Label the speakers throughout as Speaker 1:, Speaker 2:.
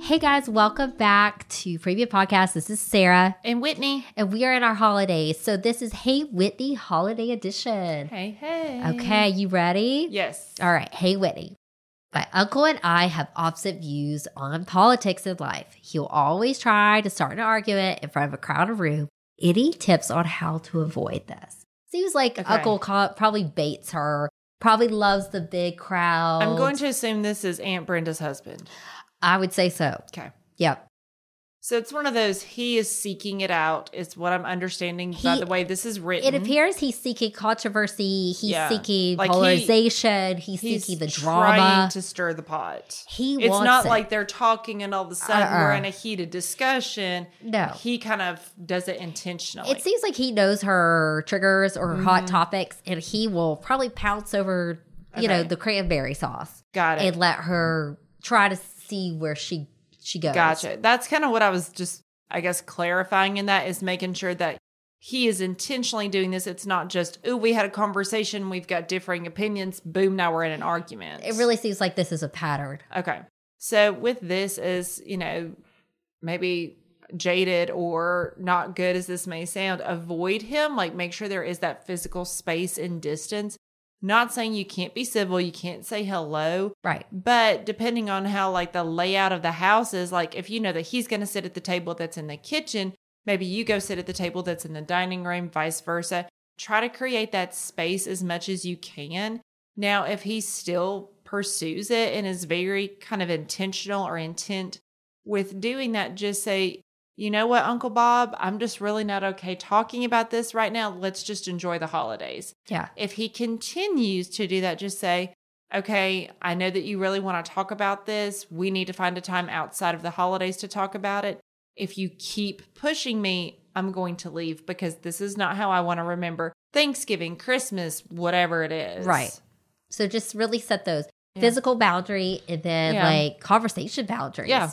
Speaker 1: Hey guys, welcome back to Preview Podcast. This is Sarah,
Speaker 2: And Whitney.
Speaker 1: and we are in our holidays. So this is Hey Whitney Holiday Edition.
Speaker 2: Hey, hey.
Speaker 1: Okay, you ready?
Speaker 2: Yes.
Speaker 1: All right, hey Whitney. My uncle and I have opposite views on politics and life. He'll always try to start an argument in front of a crowded room. Any tips on how to avoid this? Seems like
Speaker 2: Okay.
Speaker 1: Uncle co- probably baits her, probably loves the big crowd.
Speaker 2: I'm going to assume this is Aunt Brenda's husband.
Speaker 1: I would say so.
Speaker 2: Okay.
Speaker 1: Yep.
Speaker 2: So it's one of those, he is seeking it out, is what I'm understanding by
Speaker 1: He-
Speaker 2: the way this is written.
Speaker 1: It appears he's seeking controversy. He's
Speaker 2: Mm-hmm. Yeah.
Speaker 1: seeking
Speaker 2: Like, he-
Speaker 1: polarization. he's,
Speaker 2: He's
Speaker 1: seeking the
Speaker 2: Trying
Speaker 1: drama.
Speaker 2: to stir the pot.
Speaker 1: he
Speaker 2: it's
Speaker 1: wants
Speaker 2: not
Speaker 1: it.
Speaker 2: like they're talking and all of a sudden we're
Speaker 1: Uh-uh.
Speaker 2: in a heated discussion.
Speaker 1: No.
Speaker 2: He kind of does it intentionally.
Speaker 1: It seems like he knows her triggers or her
Speaker 2: Mm-hmm.
Speaker 1: hot topics, and he will probably pounce over, you know,
Speaker 2: Okay.
Speaker 1: the cranberry sauce
Speaker 2: Got it.
Speaker 1: and let her try to see where she she goes.
Speaker 2: Gotcha. That's kind of what I was just, I guess, clarifying in that is making sure that he is intentionally doing this. It's not just, oh, we had a conversation, we've got differing opinions, boom, now we're in an argument.
Speaker 1: It really seems like this is a pattern.
Speaker 2: Okay. So with this is, you know, maybe jaded or not good as this may sound, avoid him. Like make sure there is that physical space and distance. Not saying you can't be civil, you can't say hello,
Speaker 1: Right.
Speaker 2: but depending on how like the layout of the house is, like if you know that he's going to sit at the table that's in the kitchen, maybe you go sit at the table that's in the dining room, vice versa. Try to create that space as much as you can. Now, if he still pursues it and is very kind of intentional or intent with doing that, just say, you know what, Uncle Bob, I'm just really not okay talking about this right now. Let's just enjoy the holidays
Speaker 1: Yeah.
Speaker 2: if he continues to do that, just say, okay, I know that you really want to talk about this. We need to find a time outside of the holidays to talk about it. If you keep pushing me, I'm going to leave because this is not how I want to remember Thanksgiving, Christmas, whatever it is.
Speaker 1: Right. So just really set those
Speaker 2: Yeah.
Speaker 1: physical boundary and then
Speaker 2: Yeah.
Speaker 1: like conversation boundaries.
Speaker 2: Yeah.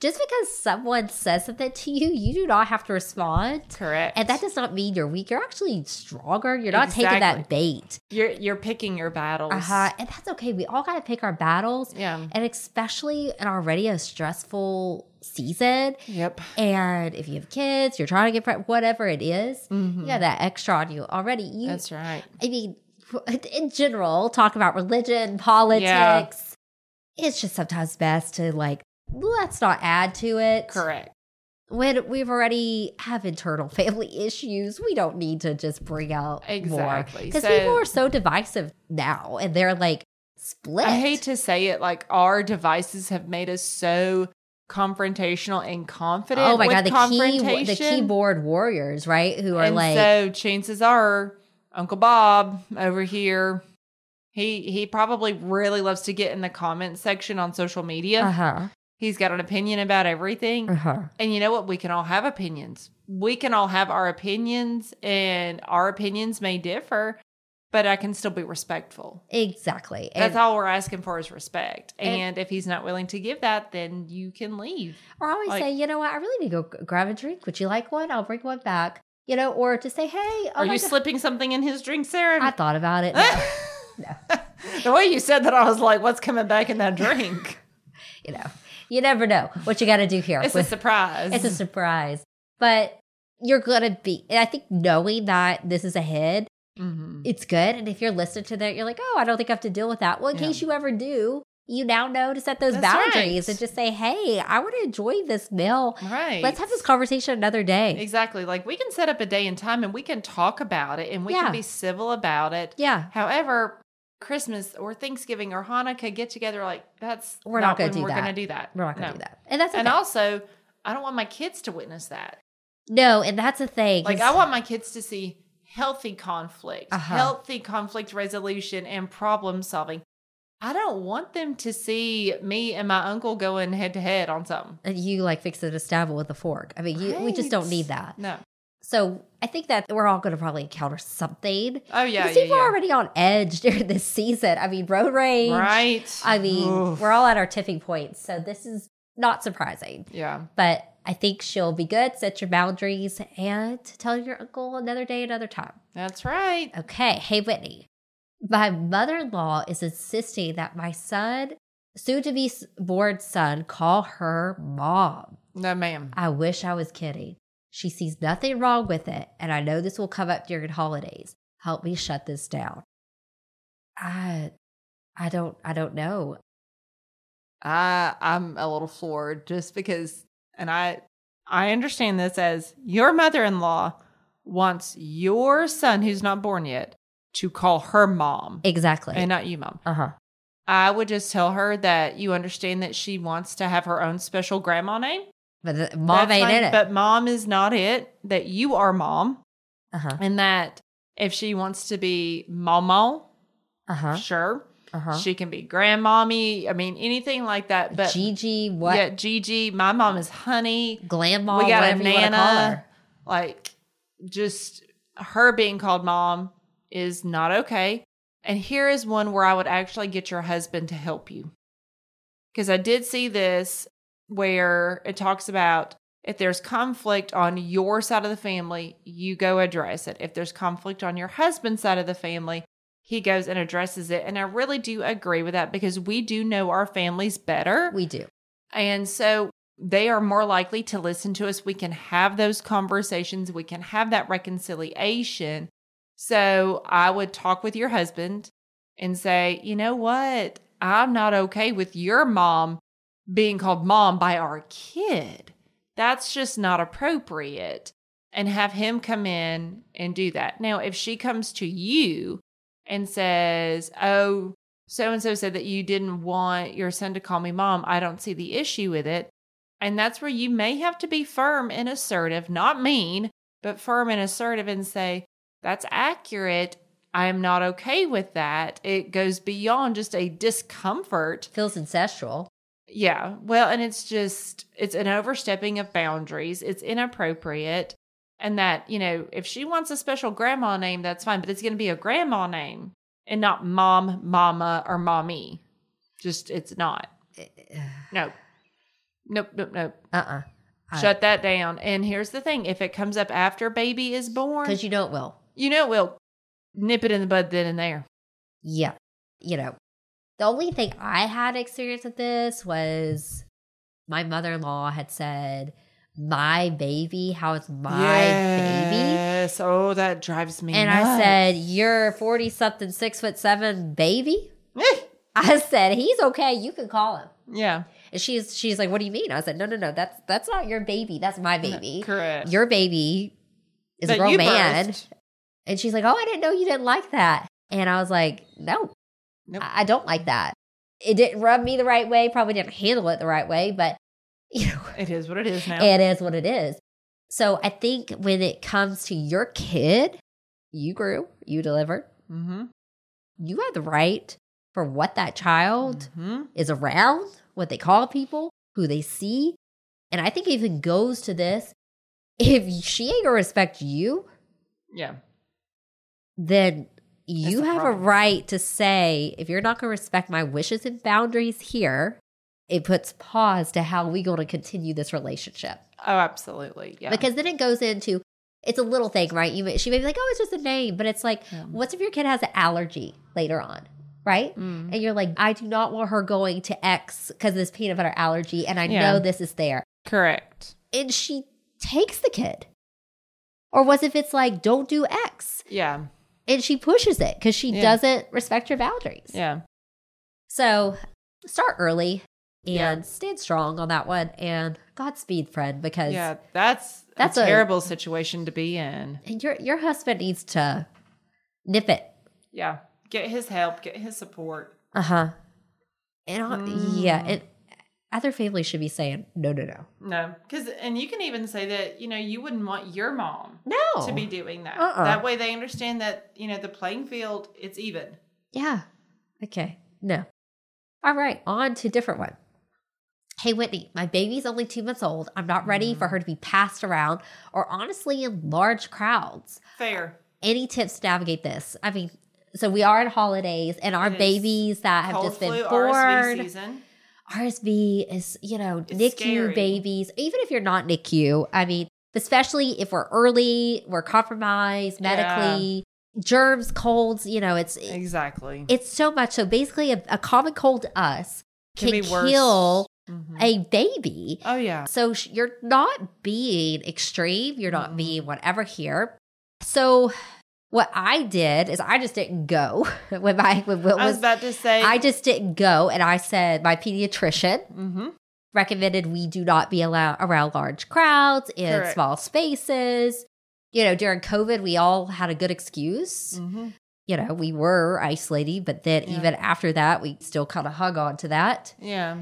Speaker 1: Just because someone says something to you, you do not have to respond.
Speaker 2: Correct.
Speaker 1: And that does not mean you're weak. You're actually stronger. You're not taking that bait.
Speaker 2: you're you're picking your battles.
Speaker 1: Uh-huh. And that's okay. We all got to pick our battles.
Speaker 2: Yeah.
Speaker 1: And especially in already a stressful season.
Speaker 2: Yep.
Speaker 1: And if you have kids, you're trying to get pregnant, whatever it is, you got that extra on you already. You,
Speaker 2: Mm-hmm. That's right.
Speaker 1: I mean, in general, talk about religion, politics. It's just sometimes best to like, let's not add to it.
Speaker 2: Correct.
Speaker 1: When we've already have internal family issues, we don't need to just bring out
Speaker 2: Exactly.
Speaker 1: Because
Speaker 2: So-
Speaker 1: people are so divisive now and they're like split.
Speaker 2: I hate to say it, like our devices have made us so confrontational and confident.
Speaker 1: Oh my
Speaker 2: with
Speaker 1: god, the key the
Speaker 2: confrontation.
Speaker 1: keyboard warriors, right? Who are
Speaker 2: and
Speaker 1: like
Speaker 2: so chances are Uncle Bob over here, he he probably really loves to get in the comment section on social media.
Speaker 1: uh-huh.
Speaker 2: He's got an opinion about everything.
Speaker 1: Uh-huh.
Speaker 2: And you know what? We can all have opinions. We can all have our opinions and our opinions may differ, but I can still be respectful.
Speaker 1: Exactly.
Speaker 2: That's
Speaker 1: And,
Speaker 2: all we're asking for is respect.
Speaker 1: and-
Speaker 2: And, if he's not willing to give that, then you can leave.
Speaker 1: or I always
Speaker 2: like-
Speaker 1: say, you know what, I really need to go g- grab a drink. Would you like one? I'll bring one back. You know, or to say, hey, oh
Speaker 2: Are
Speaker 1: my
Speaker 2: you
Speaker 1: God.
Speaker 2: slipping something in his drink, Sarah?
Speaker 1: I thought about it. No, no.
Speaker 2: the way you said that, I was like, what's coming back in that drink?
Speaker 1: you know. You never know what you gotta do here.
Speaker 2: It's a
Speaker 1: with-
Speaker 2: surprise.
Speaker 1: it's a surprise. But you're gonna be and I think knowing that this is ahead,
Speaker 2: Mhm.
Speaker 1: it's good. And if you're listening to that, you're like, oh, I don't think I have to deal with that. Well, in
Speaker 2: Yeah.
Speaker 1: case you ever do, you now know to set those
Speaker 2: That's
Speaker 1: boundaries
Speaker 2: right.
Speaker 1: and just say, hey, I want to enjoy this meal.
Speaker 2: Right.
Speaker 1: Let's have this conversation another day.
Speaker 2: Exactly. Like we can set up a day and time and we can talk about it and we
Speaker 1: Yeah.
Speaker 2: can be civil about it.
Speaker 1: Yeah.
Speaker 2: However, Christmas or Thanksgiving or Hanukkah get together, like that's
Speaker 1: We're not gonna
Speaker 2: when
Speaker 1: do
Speaker 2: we're
Speaker 1: that.
Speaker 2: gonna do that.
Speaker 1: We're not going to do
Speaker 2: No.
Speaker 1: that. And that's okay.
Speaker 2: And also, I don't want my kids to witness that.
Speaker 1: no, and that's the thing.
Speaker 2: Like
Speaker 1: 'cause-
Speaker 2: I want my kids to see healthy conflict,
Speaker 1: Uh-huh.
Speaker 2: healthy conflict resolution and problem solving. I don't want them to see me and my uncle going head to head on something.
Speaker 1: and you like fixing a stavel with a fork. I mean, you, we just don't
Speaker 2: Right.
Speaker 1: need that.
Speaker 2: No.
Speaker 1: So I think that we're all going to probably encounter something.
Speaker 2: Oh yeah.
Speaker 1: because
Speaker 2: yeah,
Speaker 1: people
Speaker 2: yeah.
Speaker 1: are already on edge during this season. I mean, road rage.
Speaker 2: Right.
Speaker 1: I mean,
Speaker 2: Oof.
Speaker 1: we're all at our tipping points. So this is not surprising.
Speaker 2: yeah.
Speaker 1: But I think she'll be good. Set your boundaries and tell your uncle another day, another time.
Speaker 2: That's right.
Speaker 1: Okay. Hey, Whitney. My mother in law is insisting that my son Soon to be s- bored son call her mom.
Speaker 2: No, ma'am.
Speaker 1: I wish I was kidding. She sees nothing wrong with it, and I know this will come up during holidays. Help me shut this down. I I don't I don't know.
Speaker 2: I I'm a little floored just because and I I understand this as your mother-in-law wants your son who's not born yet to call her mom
Speaker 1: Exactly.
Speaker 2: and not you mom.
Speaker 1: uh-huh.
Speaker 2: I would just tell her that you understand that she wants to have her own special grandma name.
Speaker 1: But the, mom
Speaker 2: That's
Speaker 1: ain't
Speaker 2: fine,
Speaker 1: in it.
Speaker 2: But mom is not it. That you are mom
Speaker 1: uh-huh.
Speaker 2: and that if she wants to be mama,
Speaker 1: Uh-huh.
Speaker 2: sure.
Speaker 1: Uh-huh.
Speaker 2: She can be grandmommy. I mean anything like that. But
Speaker 1: Gigi what?
Speaker 2: yeah, Gigi, my mom is honey.
Speaker 1: Glam mom,
Speaker 2: We got a
Speaker 1: whatever you want to call
Speaker 2: Nana.
Speaker 1: her.
Speaker 2: like just her being called mom is not okay. And here is one where I would actually get your husband to help you. Because I did see this where it talks about if there's conflict on your side of the family, you go address it. If there's conflict on your husband's side of the family, he goes and addresses it. And I really do agree with that because we do know our families better.
Speaker 1: We do.
Speaker 2: And so they are more likely to listen to us. We can have those conversations, we can have that reconciliation. So I would talk with your husband and say, you know what? I'm not okay with your mom being called mom by our kid. That's just not appropriate. And have him come in and do that. Now, if she comes to you and says, oh, so and so said that you didn't want your son to call me mom. I don't see the issue with it. And that's where you may have to be firm and assertive, not mean, but firm and assertive and say, that's accurate. I am not okay with that. It goes beyond just a discomfort.
Speaker 1: Feels ancestral.
Speaker 2: Yeah. Well, and it's just, it's an overstepping of boundaries. It's inappropriate. And that, you know, if she wants a special grandma name, that's fine, but it's going to be a grandma name and not mom, mama, or mommy. Just, it's not. No. Nope, nope, nope.
Speaker 1: Eh, Uh-uh. I-
Speaker 2: Shut that down. And here's the thing if it comes up after baby is born,
Speaker 1: Because you know it will.
Speaker 2: you know, it will nip it in the bud then and there.
Speaker 1: yeah, you know, the only thing I had experience with this was my mother in law had said, "My baby, how it's my baby,"
Speaker 2: Yes. Oh, that drives me
Speaker 1: and I said, "You're forty something, six foot seven, baby." I said, "He's okay. You can call him."
Speaker 2: yeah.
Speaker 1: And she's she's like, "What do you mean?" I said, "No, no, no. That's that's not your baby. That's my baby.
Speaker 2: Correct.
Speaker 1: Your baby is a
Speaker 2: That
Speaker 1: grown
Speaker 2: you
Speaker 1: man."
Speaker 2: birthed.
Speaker 1: And she's like, Oh, I didn't know you didn't like that. And I was like, No,
Speaker 2: Nope.
Speaker 1: I I don't like that. It didn't rub me the right way, probably didn't handle it the right way, but you know,
Speaker 2: It is what it is now.
Speaker 1: it is what it is. So I think when it comes to your kid, you grew, you delivered,
Speaker 2: mm-hmm.
Speaker 1: you have the right for what that child
Speaker 2: Mm-hmm.
Speaker 1: is around, what they call people, who they see. And I think it even goes to this if she ain't gonna respect you,
Speaker 2: Yeah.
Speaker 1: then you
Speaker 2: the
Speaker 1: have
Speaker 2: problem.
Speaker 1: a right to say if you're not going to respect my wishes and boundaries here it puts pause to how we going to continue this relationship
Speaker 2: Oh, absolutely. Yeah.
Speaker 1: because then it goes into it's a little thing right you may, she may be like oh it's just a name but it's like
Speaker 2: Yeah.
Speaker 1: what's if your kid has an allergy later on right
Speaker 2: Mm.
Speaker 1: and you're like i do not want her going to x because of this peanut butter allergy and i
Speaker 2: Yeah.
Speaker 1: know this is there
Speaker 2: Correct.
Speaker 1: and she takes the kid or what's if it's like don't do x
Speaker 2: Yeah.
Speaker 1: and she pushes it because she
Speaker 2: Yeah.
Speaker 1: doesn't respect your boundaries.
Speaker 2: Yeah.
Speaker 1: So start early and
Speaker 2: Yeah.
Speaker 1: stand strong on that one. And Godspeed, friend, because
Speaker 2: Yeah. That's
Speaker 1: That's
Speaker 2: a
Speaker 1: a-
Speaker 2: terrible situation to be in.
Speaker 1: and your your husband needs to nip it.
Speaker 2: Yeah. Get his help. Get his support.
Speaker 1: Uh huh. And I'll-
Speaker 2: Uh-huh. Mm.
Speaker 1: yeah, and other families should be saying no, no, no,
Speaker 2: No, because and you can even say that you know you wouldn't want your mom
Speaker 1: no
Speaker 2: to be doing that.
Speaker 1: Uh-uh.
Speaker 2: That way they understand that you know the playing field it's even.
Speaker 1: Yeah. Okay. No. All right. On to a different one. Hey, Whitney, my baby's only two months old. I'm not ready
Speaker 2: Mm.
Speaker 1: for her to be passed around or honestly in large crowds.
Speaker 2: Fair.
Speaker 1: Any tips to navigate this? I mean, so we are at holidays and our
Speaker 2: It is
Speaker 1: babies that have
Speaker 2: Cold
Speaker 1: just been
Speaker 2: flu, RSV
Speaker 1: born.
Speaker 2: season.
Speaker 1: RSV is, you know,
Speaker 2: It's
Speaker 1: NICU
Speaker 2: scary.
Speaker 1: babies, even if you're not NICU, I mean, especially if we're early, we're compromised medically, germs, colds, you know, it's
Speaker 2: Exactly.
Speaker 1: it's so much. So basically, a, a common cold to us can,
Speaker 2: Can be worse.
Speaker 1: kill
Speaker 2: Mhm.
Speaker 1: a baby.
Speaker 2: oh yeah.
Speaker 1: So sh- you're not being extreme. You're not
Speaker 2: Mhm.
Speaker 1: being whatever here. So what I did is I just didn't go when my when Will
Speaker 2: I was
Speaker 1: was.
Speaker 2: about to say.
Speaker 1: I just didn't go, and I said my pediatrician
Speaker 2: hmm
Speaker 1: recommended we do not be allowed around large crowds in
Speaker 2: Correct.
Speaker 1: small spaces. You know, during COVID, we all had a good excuse.
Speaker 2: hmm
Speaker 1: You know, we were isolating, but then
Speaker 2: Yeah.
Speaker 1: even after that, we still kind of hung on to that.
Speaker 2: Yeah.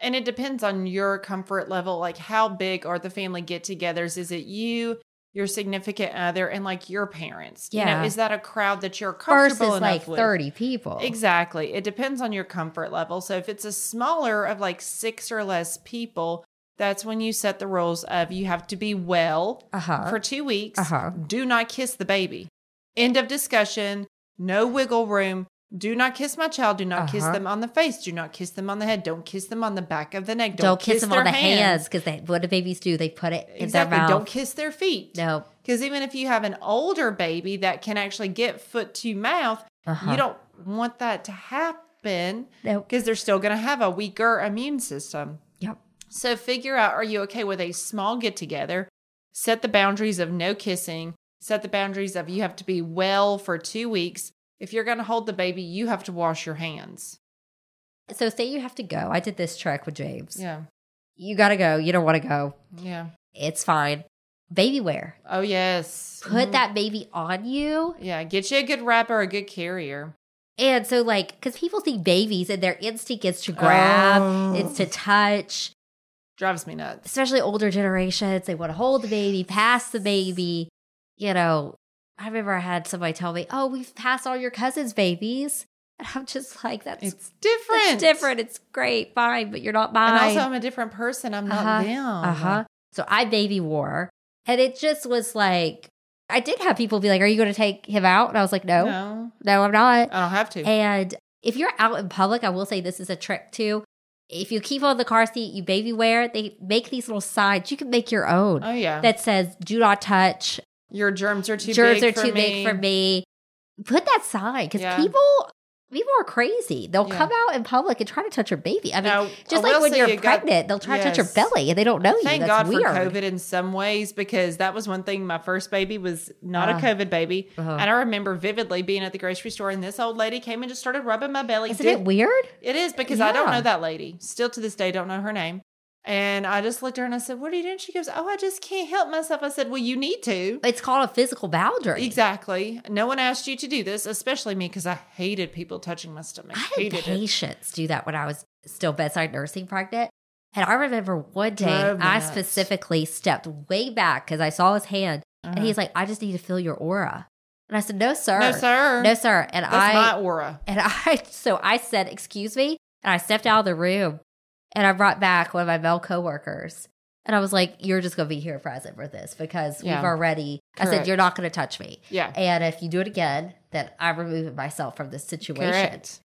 Speaker 2: And it depends on your comfort level. Like, how big are the family get togethers? Is it you, your significant other, and like your parents? You know,
Speaker 1: Yeah.
Speaker 2: is that a crowd that you're comfortable
Speaker 1: Versus
Speaker 2: enough
Speaker 1: like
Speaker 2: with?
Speaker 1: 30 people.
Speaker 2: Exactly. It depends on your comfort level. So if it's a smaller of like six or less people, that's when you set the rules of you have to be well
Speaker 1: Uh huh.
Speaker 2: for two weeks.
Speaker 1: Uh-huh.
Speaker 2: Do not kiss the baby. End of discussion. No wiggle room. Do not kiss my child. Do not kiss
Speaker 1: Uh-huh.
Speaker 2: them on the face. Do not kiss them on the head. Don't kiss them on the back of the neck.
Speaker 1: Don't, kiss them on the
Speaker 2: their
Speaker 1: hands because what do babies do? They put it in
Speaker 2: Exactly.
Speaker 1: their mouth.
Speaker 2: Don't kiss their feet.
Speaker 1: no.
Speaker 2: Because even if you have an older baby that can actually get foot to mouth,
Speaker 1: Uh-huh.
Speaker 2: you don't want that to happen
Speaker 1: No.
Speaker 2: because they're still going to have a weaker immune system.
Speaker 1: Yep.
Speaker 2: So figure out are you okay with a small get together? Set the boundaries of no kissing, set the boundaries of you have to be well for two weeks. If you're going to hold the baby, you have to wash your hands.
Speaker 1: So say you have to go. I did this trick with James.
Speaker 2: Yeah.
Speaker 1: You got to go. You don't want to go.
Speaker 2: Yeah.
Speaker 1: It's fine. Baby wear.
Speaker 2: Oh, yes.
Speaker 1: Put
Speaker 2: Mhm.
Speaker 1: that baby on you.
Speaker 2: Yeah. Get you a good wrapper, a good carrier.
Speaker 1: And so, like, because people see babies and their instinct is to grab,
Speaker 2: Oh.
Speaker 1: it's to touch,
Speaker 2: Drives me nuts.
Speaker 1: especially older generations. They want to hold the baby, pass the baby. You know, I remember I had somebody tell me, Oh, we've passed all your cousins' babies. And I'm just like, That's
Speaker 2: It's different.
Speaker 1: It's different. It's great. Fine, but you're not mine.
Speaker 2: And also, I'm a different person. I'm not
Speaker 1: Uh-huh.
Speaker 2: them.
Speaker 1: uh huh. So I baby wore, and it just was like I did have people be like, "Are you going to take him out?" And I was like, "No, no,
Speaker 2: No,
Speaker 1: I'm not."
Speaker 2: I don't have to.
Speaker 1: And if you're out in public, I will say this is a trick too. If you keep on the car seat, you baby wear. They make these little signs. You can make your own
Speaker 2: oh, yeah.
Speaker 1: that says "Do not touch."
Speaker 2: Your germs are too
Speaker 1: Germs
Speaker 2: big
Speaker 1: are
Speaker 2: for
Speaker 1: too
Speaker 2: me.
Speaker 1: big for me. Put that sign because
Speaker 2: Yeah.
Speaker 1: people. People are crazy. They'll
Speaker 2: Yeah.
Speaker 1: come out in public and try to touch your baby. I mean,
Speaker 2: Now,
Speaker 1: just
Speaker 2: I
Speaker 1: like
Speaker 2: will
Speaker 1: when
Speaker 2: say
Speaker 1: you're
Speaker 2: you got-
Speaker 1: pregnant, they'll try to touch your
Speaker 2: Yes.
Speaker 1: belly and they don't know you.
Speaker 2: Thank
Speaker 1: That's
Speaker 2: God
Speaker 1: weird.
Speaker 2: for COVID in some ways because that was one thing. My first baby was not
Speaker 1: Ah.
Speaker 2: a COVID baby.
Speaker 1: Uh-huh.
Speaker 2: And I remember vividly being at the grocery store and this old lady came and just started rubbing my belly.
Speaker 1: Isn't
Speaker 2: Did-
Speaker 1: it weird?
Speaker 2: it is because I don't
Speaker 1: Yeah.
Speaker 2: know that lady. Still to this day, don't know her name. And I just looked at her and I said, What are you doing? She goes, Oh, I just can't help myself. I said, Well, you need to.
Speaker 1: It's called a physical boundary.
Speaker 2: Exactly. No one asked you to do this, especially me, because I hated people touching my stomach.
Speaker 1: I had
Speaker 2: hated it.
Speaker 1: patients do that when I was still bedside nursing pregnant. And I remember one day
Speaker 2: Drove me
Speaker 1: I
Speaker 2: nuts.
Speaker 1: specifically stepped way back because I saw his hand and
Speaker 2: Uh-huh.
Speaker 1: he's like, I just need to feel your aura. And I said, No, sir.
Speaker 2: No, sir.
Speaker 1: No, sir. And
Speaker 2: That's
Speaker 1: I
Speaker 2: my aura.
Speaker 1: And I, so I said, excuse me. And I stepped out of the room and I brought back one of my male coworkers. And I was like, you're just going to be here present for this because
Speaker 2: Yeah.
Speaker 1: we've already, I said,
Speaker 2: Correct.
Speaker 1: you're not going to touch me.
Speaker 2: Yeah.
Speaker 1: And if you do it again, then I'm removing myself from this situation.
Speaker 2: Correct.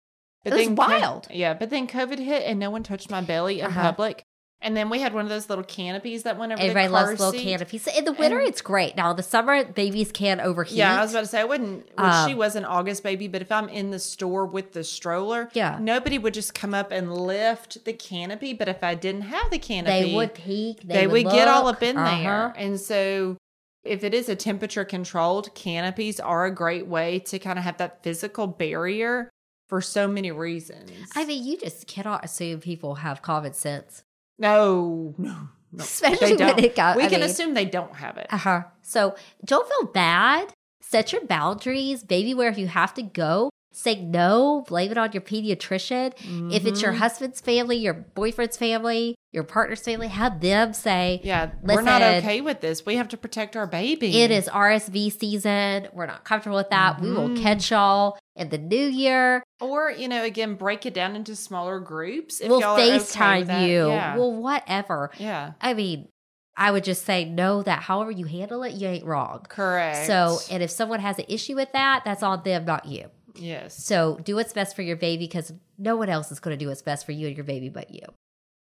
Speaker 1: It was
Speaker 2: then co-
Speaker 1: wild.
Speaker 2: yeah, but then COVID hit and no one touched my belly in
Speaker 1: Uh-huh.
Speaker 2: public. And then we had one of those little canopies that went over
Speaker 1: Everybody
Speaker 2: the car
Speaker 1: loves little
Speaker 2: seat.
Speaker 1: canopies. In the winter,
Speaker 2: And-
Speaker 1: it's great. Now, in the summer, babies can overheat.
Speaker 2: Yeah, I was about to say I wouldn't. Which
Speaker 1: Um,
Speaker 2: she was an August baby, but if I'm in the store with the stroller,
Speaker 1: Yeah.
Speaker 2: nobody would just come up and lift the canopy. But if I didn't have the canopy,
Speaker 1: they would peek. They,
Speaker 2: they, would, get all
Speaker 1: look.
Speaker 2: up in
Speaker 1: Uh-huh.
Speaker 2: there. And so, if it is a temperature controlled, canopies are a great way to kind of have that physical barrier for so many reasons.
Speaker 1: I mean, you just cannot assume people have common sense,
Speaker 2: no, no, no.
Speaker 1: especially when it got.
Speaker 2: we
Speaker 1: I
Speaker 2: can
Speaker 1: mean,
Speaker 2: assume they don't have it.
Speaker 1: Uh huh. So don't feel bad. Set your boundaries. Baby, where if you have to go, say no. Blame it on your pediatrician. If it's your
Speaker 2: Mhm.
Speaker 1: husband's family, your boyfriend's family, your partner's family, have them say
Speaker 2: yeah, we're not
Speaker 1: Listen.
Speaker 2: okay with this. We have to protect our baby.
Speaker 1: it is RSV season. We're not comfortable with that. We will
Speaker 2: Mhm.
Speaker 1: catch y'all in the new year.
Speaker 2: or you know, again, break it down into smaller groups. If
Speaker 1: we'll
Speaker 2: y'all are okay with
Speaker 1: FaceTime
Speaker 2: that.
Speaker 1: you.
Speaker 2: Yeah.
Speaker 1: Well, whatever.
Speaker 2: yeah,
Speaker 1: I mean, I would just say know that however you handle it, you ain't wrong.
Speaker 2: correct.
Speaker 1: So, and if someone has an issue with that, that's on them, not you.
Speaker 2: yes,
Speaker 1: So do what's best for your baby because no one else is going to do what's best for you and your baby but you.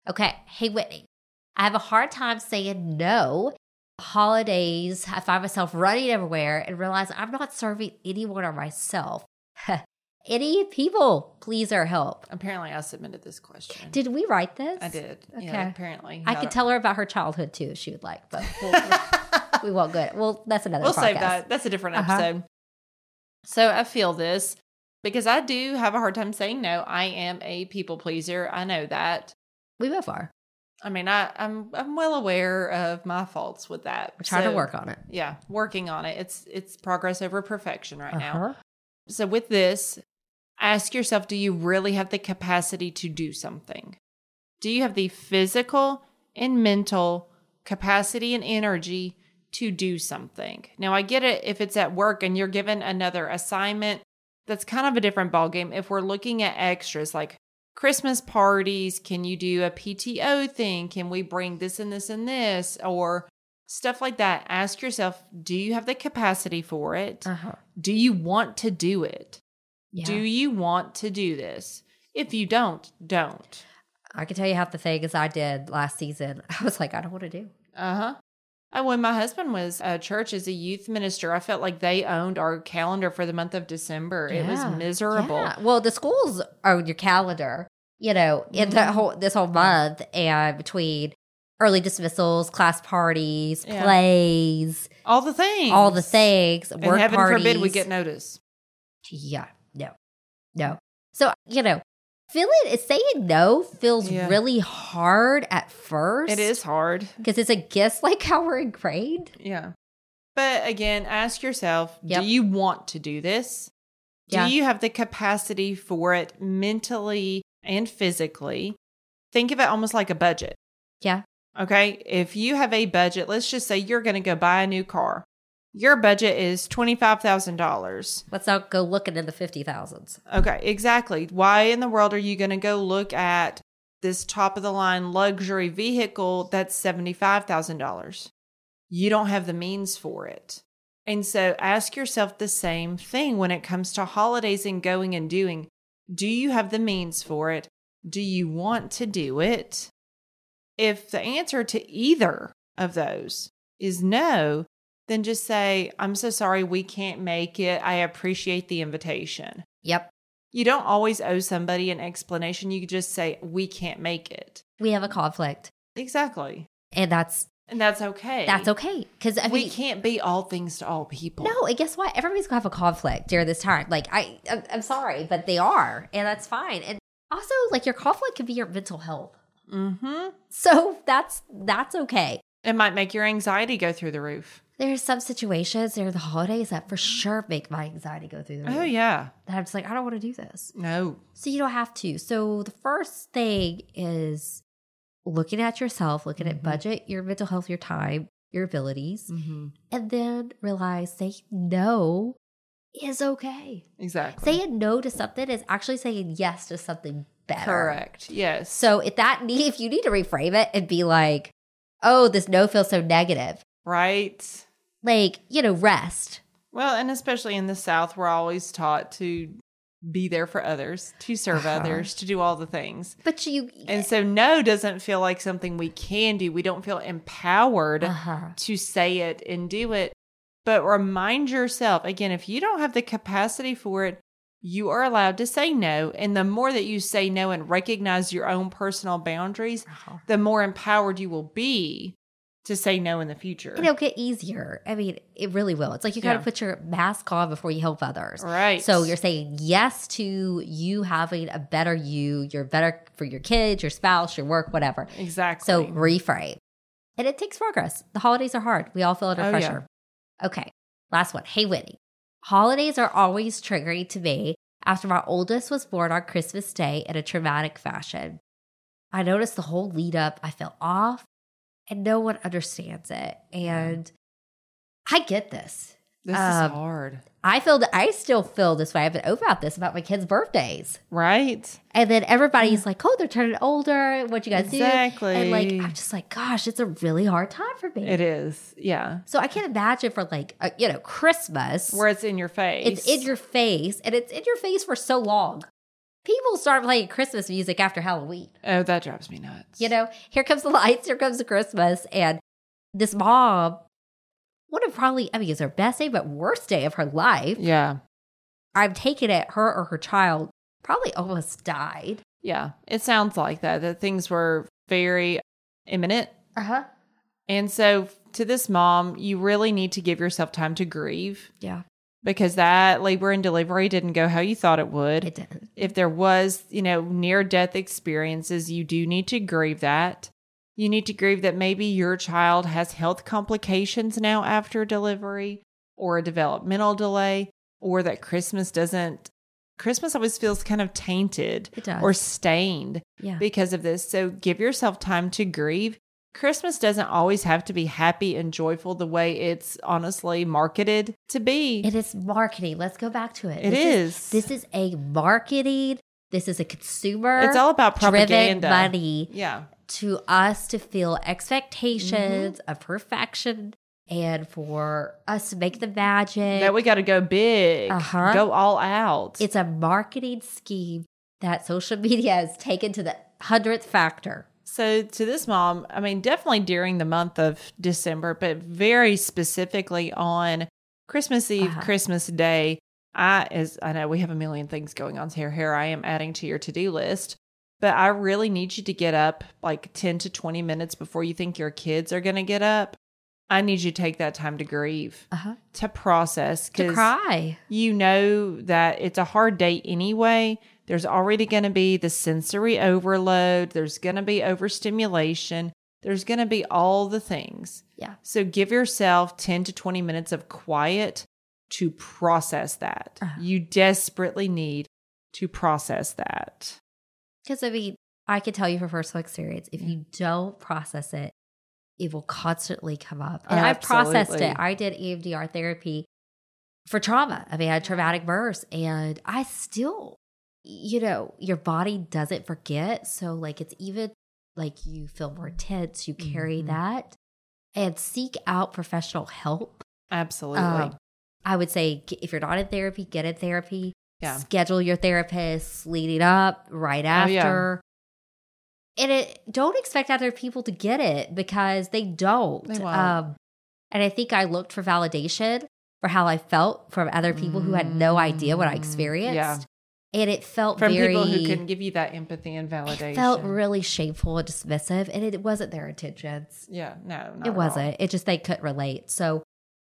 Speaker 1: Okay. Hey, Whitney, I have a hard time saying no. Holidays, I find myself running everywhere and realize I'm not serving anyone or myself. Any people pleaser help.
Speaker 2: Apparently, I submitted this question.
Speaker 1: Did we write this?
Speaker 2: I did.
Speaker 1: Okay.
Speaker 2: Yeah, apparently.
Speaker 1: I could
Speaker 2: don't-
Speaker 1: tell her about her childhood too if she would like, but we'll, we won't go. Well, that's another
Speaker 2: we'll
Speaker 1: podcast.
Speaker 2: save that. That's a different
Speaker 1: Uh-huh.
Speaker 2: episode. So I feel this because I do have a hard time saying no. I am a people pleaser. I know that.
Speaker 1: We both are.
Speaker 2: I mean, I, I'm I'm well aware of my faults with that.
Speaker 1: We're trying
Speaker 2: So,
Speaker 1: to work on it.
Speaker 2: Yeah, working on it. It's it's progress over perfection right now.
Speaker 1: Uh-huh.
Speaker 2: So with this, ask yourself, do you really have the capacity to do something? Do you have the physical and mental capacity and energy to do something? Now I get it if it's at work and you're given another assignment, that's kind of a different ballgame. If we're looking at extras like Christmas parties, can you do a PTO thing? Can we bring this and this and this? Or stuff like that. Ask yourself, do you have the capacity for it?
Speaker 1: Uh-huh.
Speaker 2: Do you want to do it?
Speaker 1: Yeah.
Speaker 2: Do you want to do this? If you don't, don't.
Speaker 1: I can tell you half the things I did last season. I was like, I don't want to do.
Speaker 2: Uh huh. And when my husband was at church as a youth minister, I felt like they owned our calendar for the month of December. It
Speaker 1: Yeah.
Speaker 2: was miserable.
Speaker 1: Yeah. Well, the schools own your calendar, you know, in the
Speaker 2: Mhm.
Speaker 1: whole this whole month and between early dismissals, class parties,
Speaker 2: Yeah.
Speaker 1: plays,
Speaker 2: All the things.
Speaker 1: all the things,
Speaker 2: And
Speaker 1: work
Speaker 2: heaven
Speaker 1: parties.
Speaker 2: forbid we get notice.
Speaker 1: Yeah. No. No. So, you know, feeling saying no feels
Speaker 2: Yeah.
Speaker 1: really hard at first.
Speaker 2: It is hard.
Speaker 1: Because it's against like how we're ingrained.
Speaker 2: Yeah. But again, ask yourself
Speaker 1: Yep.
Speaker 2: do you want to do this?
Speaker 1: Yeah.
Speaker 2: Do you have the capacity for it mentally and physically? Think of it almost like a budget.
Speaker 1: Yeah.
Speaker 2: Okay. If you have a budget, let's just say you're going to go buy a new car. Your budget is $25,000.
Speaker 1: Let's not go looking in the fifty thousands.
Speaker 2: Okay. Exactly. Why in the world are you going to go look at this top of the line luxury vehicle that's $75,000? You don't have the means for it. And so ask yourself the same thing when it comes to holidays and going and doing. Do you have the means for it? Do you want to do it? If the answer to either of those is no, then just say, I'm so sorry, we can't make it. I appreciate the invitation.
Speaker 1: Yep.
Speaker 2: You don't always owe somebody an explanation. You could just say, we can't make it.
Speaker 1: We have a conflict.
Speaker 2: Exactly.
Speaker 1: And that's
Speaker 2: And that's okay.
Speaker 1: that's okay. Cause I
Speaker 2: we
Speaker 1: mean
Speaker 2: can't be all things to all people.
Speaker 1: no, and guess what? Everybody's gonna have a conflict during this time. Like I, I'm, I'm sorry, but they are, and that's fine. And also, like your conflict could be your mental health,
Speaker 2: Mm-hmm.
Speaker 1: so that's that's okay.
Speaker 2: It might make your anxiety go through the roof.
Speaker 1: There are some situations during the holidays that for sure make my anxiety go through the roof.
Speaker 2: Oh, yeah.
Speaker 1: That I'm just like, I don't want to do this.
Speaker 2: No.
Speaker 1: So you don't have to. So the first thing is looking at yourself, looking
Speaker 2: Mhm.
Speaker 1: at budget, your mental health, your time, your abilities,
Speaker 2: Mm-hmm.
Speaker 1: and then realize saying no is okay.
Speaker 2: Exactly.
Speaker 1: Saying no to something is actually saying yes to something better.
Speaker 2: Correct. Yes.
Speaker 1: So if that need, if you need to reframe it and be like, oh, this no feels so negative,
Speaker 2: right.
Speaker 1: like you know, rest.
Speaker 2: Well, and especially in the South, we're always taught to be there for others, to serve
Speaker 1: Uh-huh.
Speaker 2: others, to do all the things.
Speaker 1: But you,
Speaker 2: And so, no doesn't feel like something we can do. We don't feel empowered
Speaker 1: uh-huh.
Speaker 2: to say it and do it. But remind yourself again, if you don't have the capacity for it, you are allowed to say no. And the more that you say no and recognize your own personal boundaries,
Speaker 1: uh-huh.
Speaker 2: the more empowered you will be to say no in the future.
Speaker 1: it'll get easier. I mean, it really will. It's like you gotta
Speaker 2: Yeah.
Speaker 1: put your mask on before you help others.
Speaker 2: right.
Speaker 1: So you're saying yes to you having a better you, you're better for your kids, your spouse, your work, whatever.
Speaker 2: exactly.
Speaker 1: So reframe. And it takes progress. The holidays are hard. We all feel under
Speaker 2: Oh, yeah.
Speaker 1: pressure. Okay. Last one. Hey, Whitney. Holidays are always triggering to me after my oldest was born on Christmas Day in a traumatic fashion. I noticed the whole lead up, I felt off, and no one understands it. And I get this.
Speaker 2: this
Speaker 1: um,
Speaker 2: is hard.
Speaker 1: I feel that I still feel this way. I've been open about this about my kids' birthdays.
Speaker 2: Right?
Speaker 1: And then everybody's like, oh, they're turning older. What you guys
Speaker 2: Exactly.
Speaker 1: do? And like, I'm just like, gosh, it's a really hard time for me.
Speaker 2: it is. Yeah.
Speaker 1: So I can't imagine for like, a, you know, Christmas,
Speaker 2: Where it's in your face.
Speaker 1: it's in your face and it's in your face for so long. People start playing Christmas music after Halloween.
Speaker 2: Oh, that drives me nuts.
Speaker 1: You know, here comes the lights, here comes the Christmas. And this mom, one of probably, I mean, it's her best day, but worst day of her life.
Speaker 2: Yeah.
Speaker 1: I'm taking it her or her child probably almost died.
Speaker 2: Yeah, it sounds like that, that things were very imminent.
Speaker 1: Uh huh.
Speaker 2: And so, to this mom, you really need to give yourself time to grieve
Speaker 1: Yeah,
Speaker 2: because that labor and delivery didn't go how you thought it would.
Speaker 1: it didn't.
Speaker 2: if there was, you know, near death experiences, you do need to grieve that. You need to grieve that maybe your child has health complications now after delivery or a developmental delay or that Christmas doesn't Christmas always feels kind of tainted
Speaker 1: It does.
Speaker 2: or stained
Speaker 1: yeah.
Speaker 2: because of this. So give yourself time to grieve. Christmas doesn't always have to be happy and joyful the way it's honestly marketed to be.
Speaker 1: It is marketing. Let's go back to it.
Speaker 2: it
Speaker 1: This
Speaker 2: is.
Speaker 1: This is a marketing. This is a consumer.
Speaker 2: it's all about
Speaker 1: driven
Speaker 2: propaganda.
Speaker 1: money
Speaker 2: Yeah.
Speaker 1: to us to feel expectations
Speaker 2: Mm-hmm.
Speaker 1: of perfection and for us to make the magic.
Speaker 2: that we got to go big,
Speaker 1: Uh-huh.
Speaker 2: go all out.
Speaker 1: it's a marketing scheme that social media has taken to the hundredth factor.
Speaker 2: so to this mom, I mean, definitely during the month of December, but very specifically on Christmas Eve,
Speaker 1: Uh-huh.
Speaker 2: Christmas Day. I as I know we have a million things going on here. Here I am adding to your to do list, but I really need you to get up like ten to twenty minutes before you think your kids are going to get up. I need you to take that time to grieve,
Speaker 1: Uh-huh.
Speaker 2: to process,
Speaker 1: To
Speaker 2: 'cause
Speaker 1: cry.
Speaker 2: you know that it's a hard day anyway. There's already going to be the sensory overload, there's going to be overstimulation, there's going to be all the things.
Speaker 1: Yeah.
Speaker 2: So give yourself 10 to 20 minutes of quiet to process that.
Speaker 1: Uh-huh.
Speaker 2: You desperately need to process that.
Speaker 1: Because I mean, I can tell you from personal experience, if you don't process it, it will constantly come up. And I've processed
Speaker 2: Absolutely.
Speaker 1: it. I did E EMDR therapy for trauma. I mean, I had traumatic bursts, and I still, you know, your body doesn't forget. So, like, it's even like you feel more tense, you carry
Speaker 2: Mhm.
Speaker 1: that, and seek out professional help.
Speaker 2: Absolutely.
Speaker 1: Um, I would say g- if you're not in therapy, get in therapy.
Speaker 2: Yeah. Oh,
Speaker 1: Schedule your therapist leading up, right
Speaker 2: yeah.
Speaker 1: after. And it don't expect other people to get it because they don't. um,
Speaker 2: They won't.
Speaker 1: and I think I looked for validation for how I felt from other people who had no idea what I
Speaker 2: Mm, yeah.
Speaker 1: experienced. And it felt
Speaker 2: From
Speaker 1: very
Speaker 2: people who can give you that empathy and validation.
Speaker 1: it felt really shameful and dismissive. And it wasn't their intentions
Speaker 2: yeah, no, not at
Speaker 1: it
Speaker 2: all.
Speaker 1: wasn't it just they couldn't relate so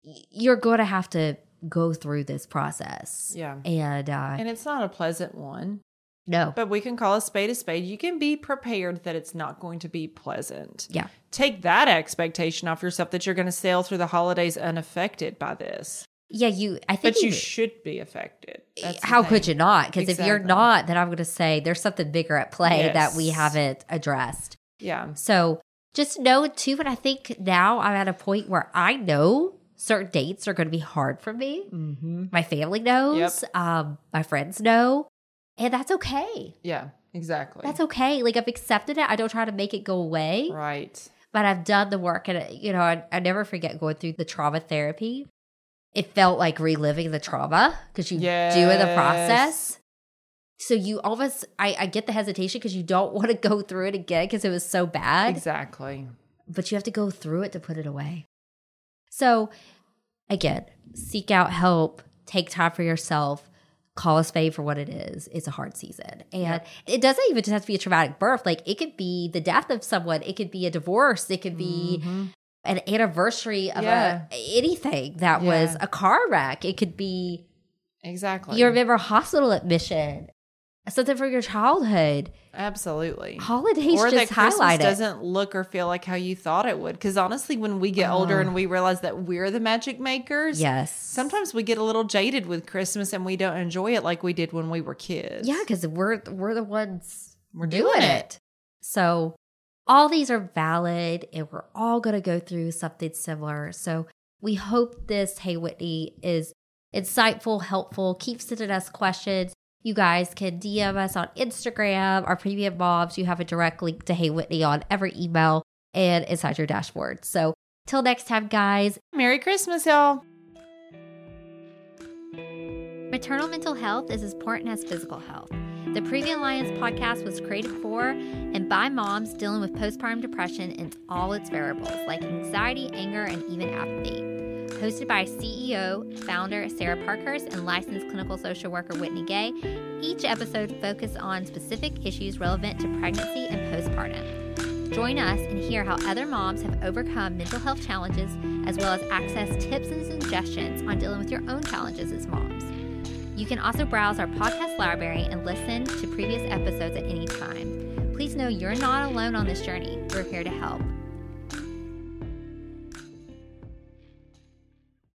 Speaker 1: y- you're going to have to go through this process
Speaker 2: Yeah.
Speaker 1: and uh
Speaker 2: And it's not a pleasant one.
Speaker 1: no
Speaker 2: But we can call a spade a spade. You can be prepared that it's not going to be pleasant.
Speaker 1: Yeah.
Speaker 2: Take that expectation off yourself that you're going to sail through the holidays unaffected by this.
Speaker 1: yeah you i think
Speaker 2: But you
Speaker 1: even-
Speaker 2: should be affected. That's the
Speaker 1: how could
Speaker 2: thing.
Speaker 1: you not because if you're
Speaker 2: Exactly.
Speaker 1: not then i'm going to say there's something bigger at play that we
Speaker 2: Yes.
Speaker 1: haven't addressed
Speaker 2: Yeah.
Speaker 1: so just know too and i think now i'm at a point where i know certain dates are going to be hard for me
Speaker 2: Mm-hmm.
Speaker 1: my family knows um my friends know and that's okay
Speaker 2: Yeah, exactly.
Speaker 1: that's okay like i've accepted it i don't try to make it go away
Speaker 2: Right.
Speaker 1: but I've done the work and you know I, I never forget going through the trauma therapy. It felt like reliving the trauma because you do in the process.
Speaker 2: Yes.
Speaker 1: So you almost I, I get the hesitation because you don't want to go through it again because it was so bad,
Speaker 2: Exactly.
Speaker 1: but you have to go through it to put it away. So again, seek out help, take time for yourself. Call a spade for what it is. It's a hard season. And
Speaker 2: Yep.
Speaker 1: it doesn't even just have to be a traumatic birth. Like, it could be the death of someone. It could be a divorce. It could be
Speaker 2: Mhm.
Speaker 1: an anniversary of
Speaker 2: Yeah.
Speaker 1: a, anything that was
Speaker 2: Yeah.
Speaker 1: a car wreck. It could be
Speaker 2: Exactly.
Speaker 1: you remember a hospital admission, something from your childhood.
Speaker 2: Absolutely.
Speaker 1: Holidays
Speaker 2: or that
Speaker 1: Oh, just
Speaker 2: Christmas
Speaker 1: highlight it.
Speaker 2: doesn't look or feel like how you thought it would. Because honestly, when we get older
Speaker 1: Ah.
Speaker 2: and we realize that we're the magic makers,
Speaker 1: Yes,
Speaker 2: Sometimes we get a little jaded with Christmas and we don't enjoy it like we did when we were kids.
Speaker 1: yeah, because we're we're the ones
Speaker 2: we're
Speaker 1: doing it. So all these are valid, and we're all going to go through something similar. So we hope this Hey Whitney is insightful, helpful. Keep sending us questions. You guys can DM us on Instagram, our premium moms. You have a direct link to Hey Whitney on every email and inside your dashboard. So till next time, guys,
Speaker 2: Merry Christmas, y'all.
Speaker 1: maternal mental health is as important as physical health. The Preview Alliance podcast was created for and by moms dealing with postpartum depression and all its variables, like anxiety, anger, and even apathy. hosted by CEO, founder Sarah Parkhurst, and licensed clinical social worker Whitney Gay. Each episode focused on specific issues relevant to pregnancy and postpartum. Join us and hear how other moms have overcome mental health challenges, as well as access tips and suggestions on dealing with your own challenges as moms. You can also browse our podcast library and listen to previous episodes at any time. Please know you're not alone on this journey. We're here to help.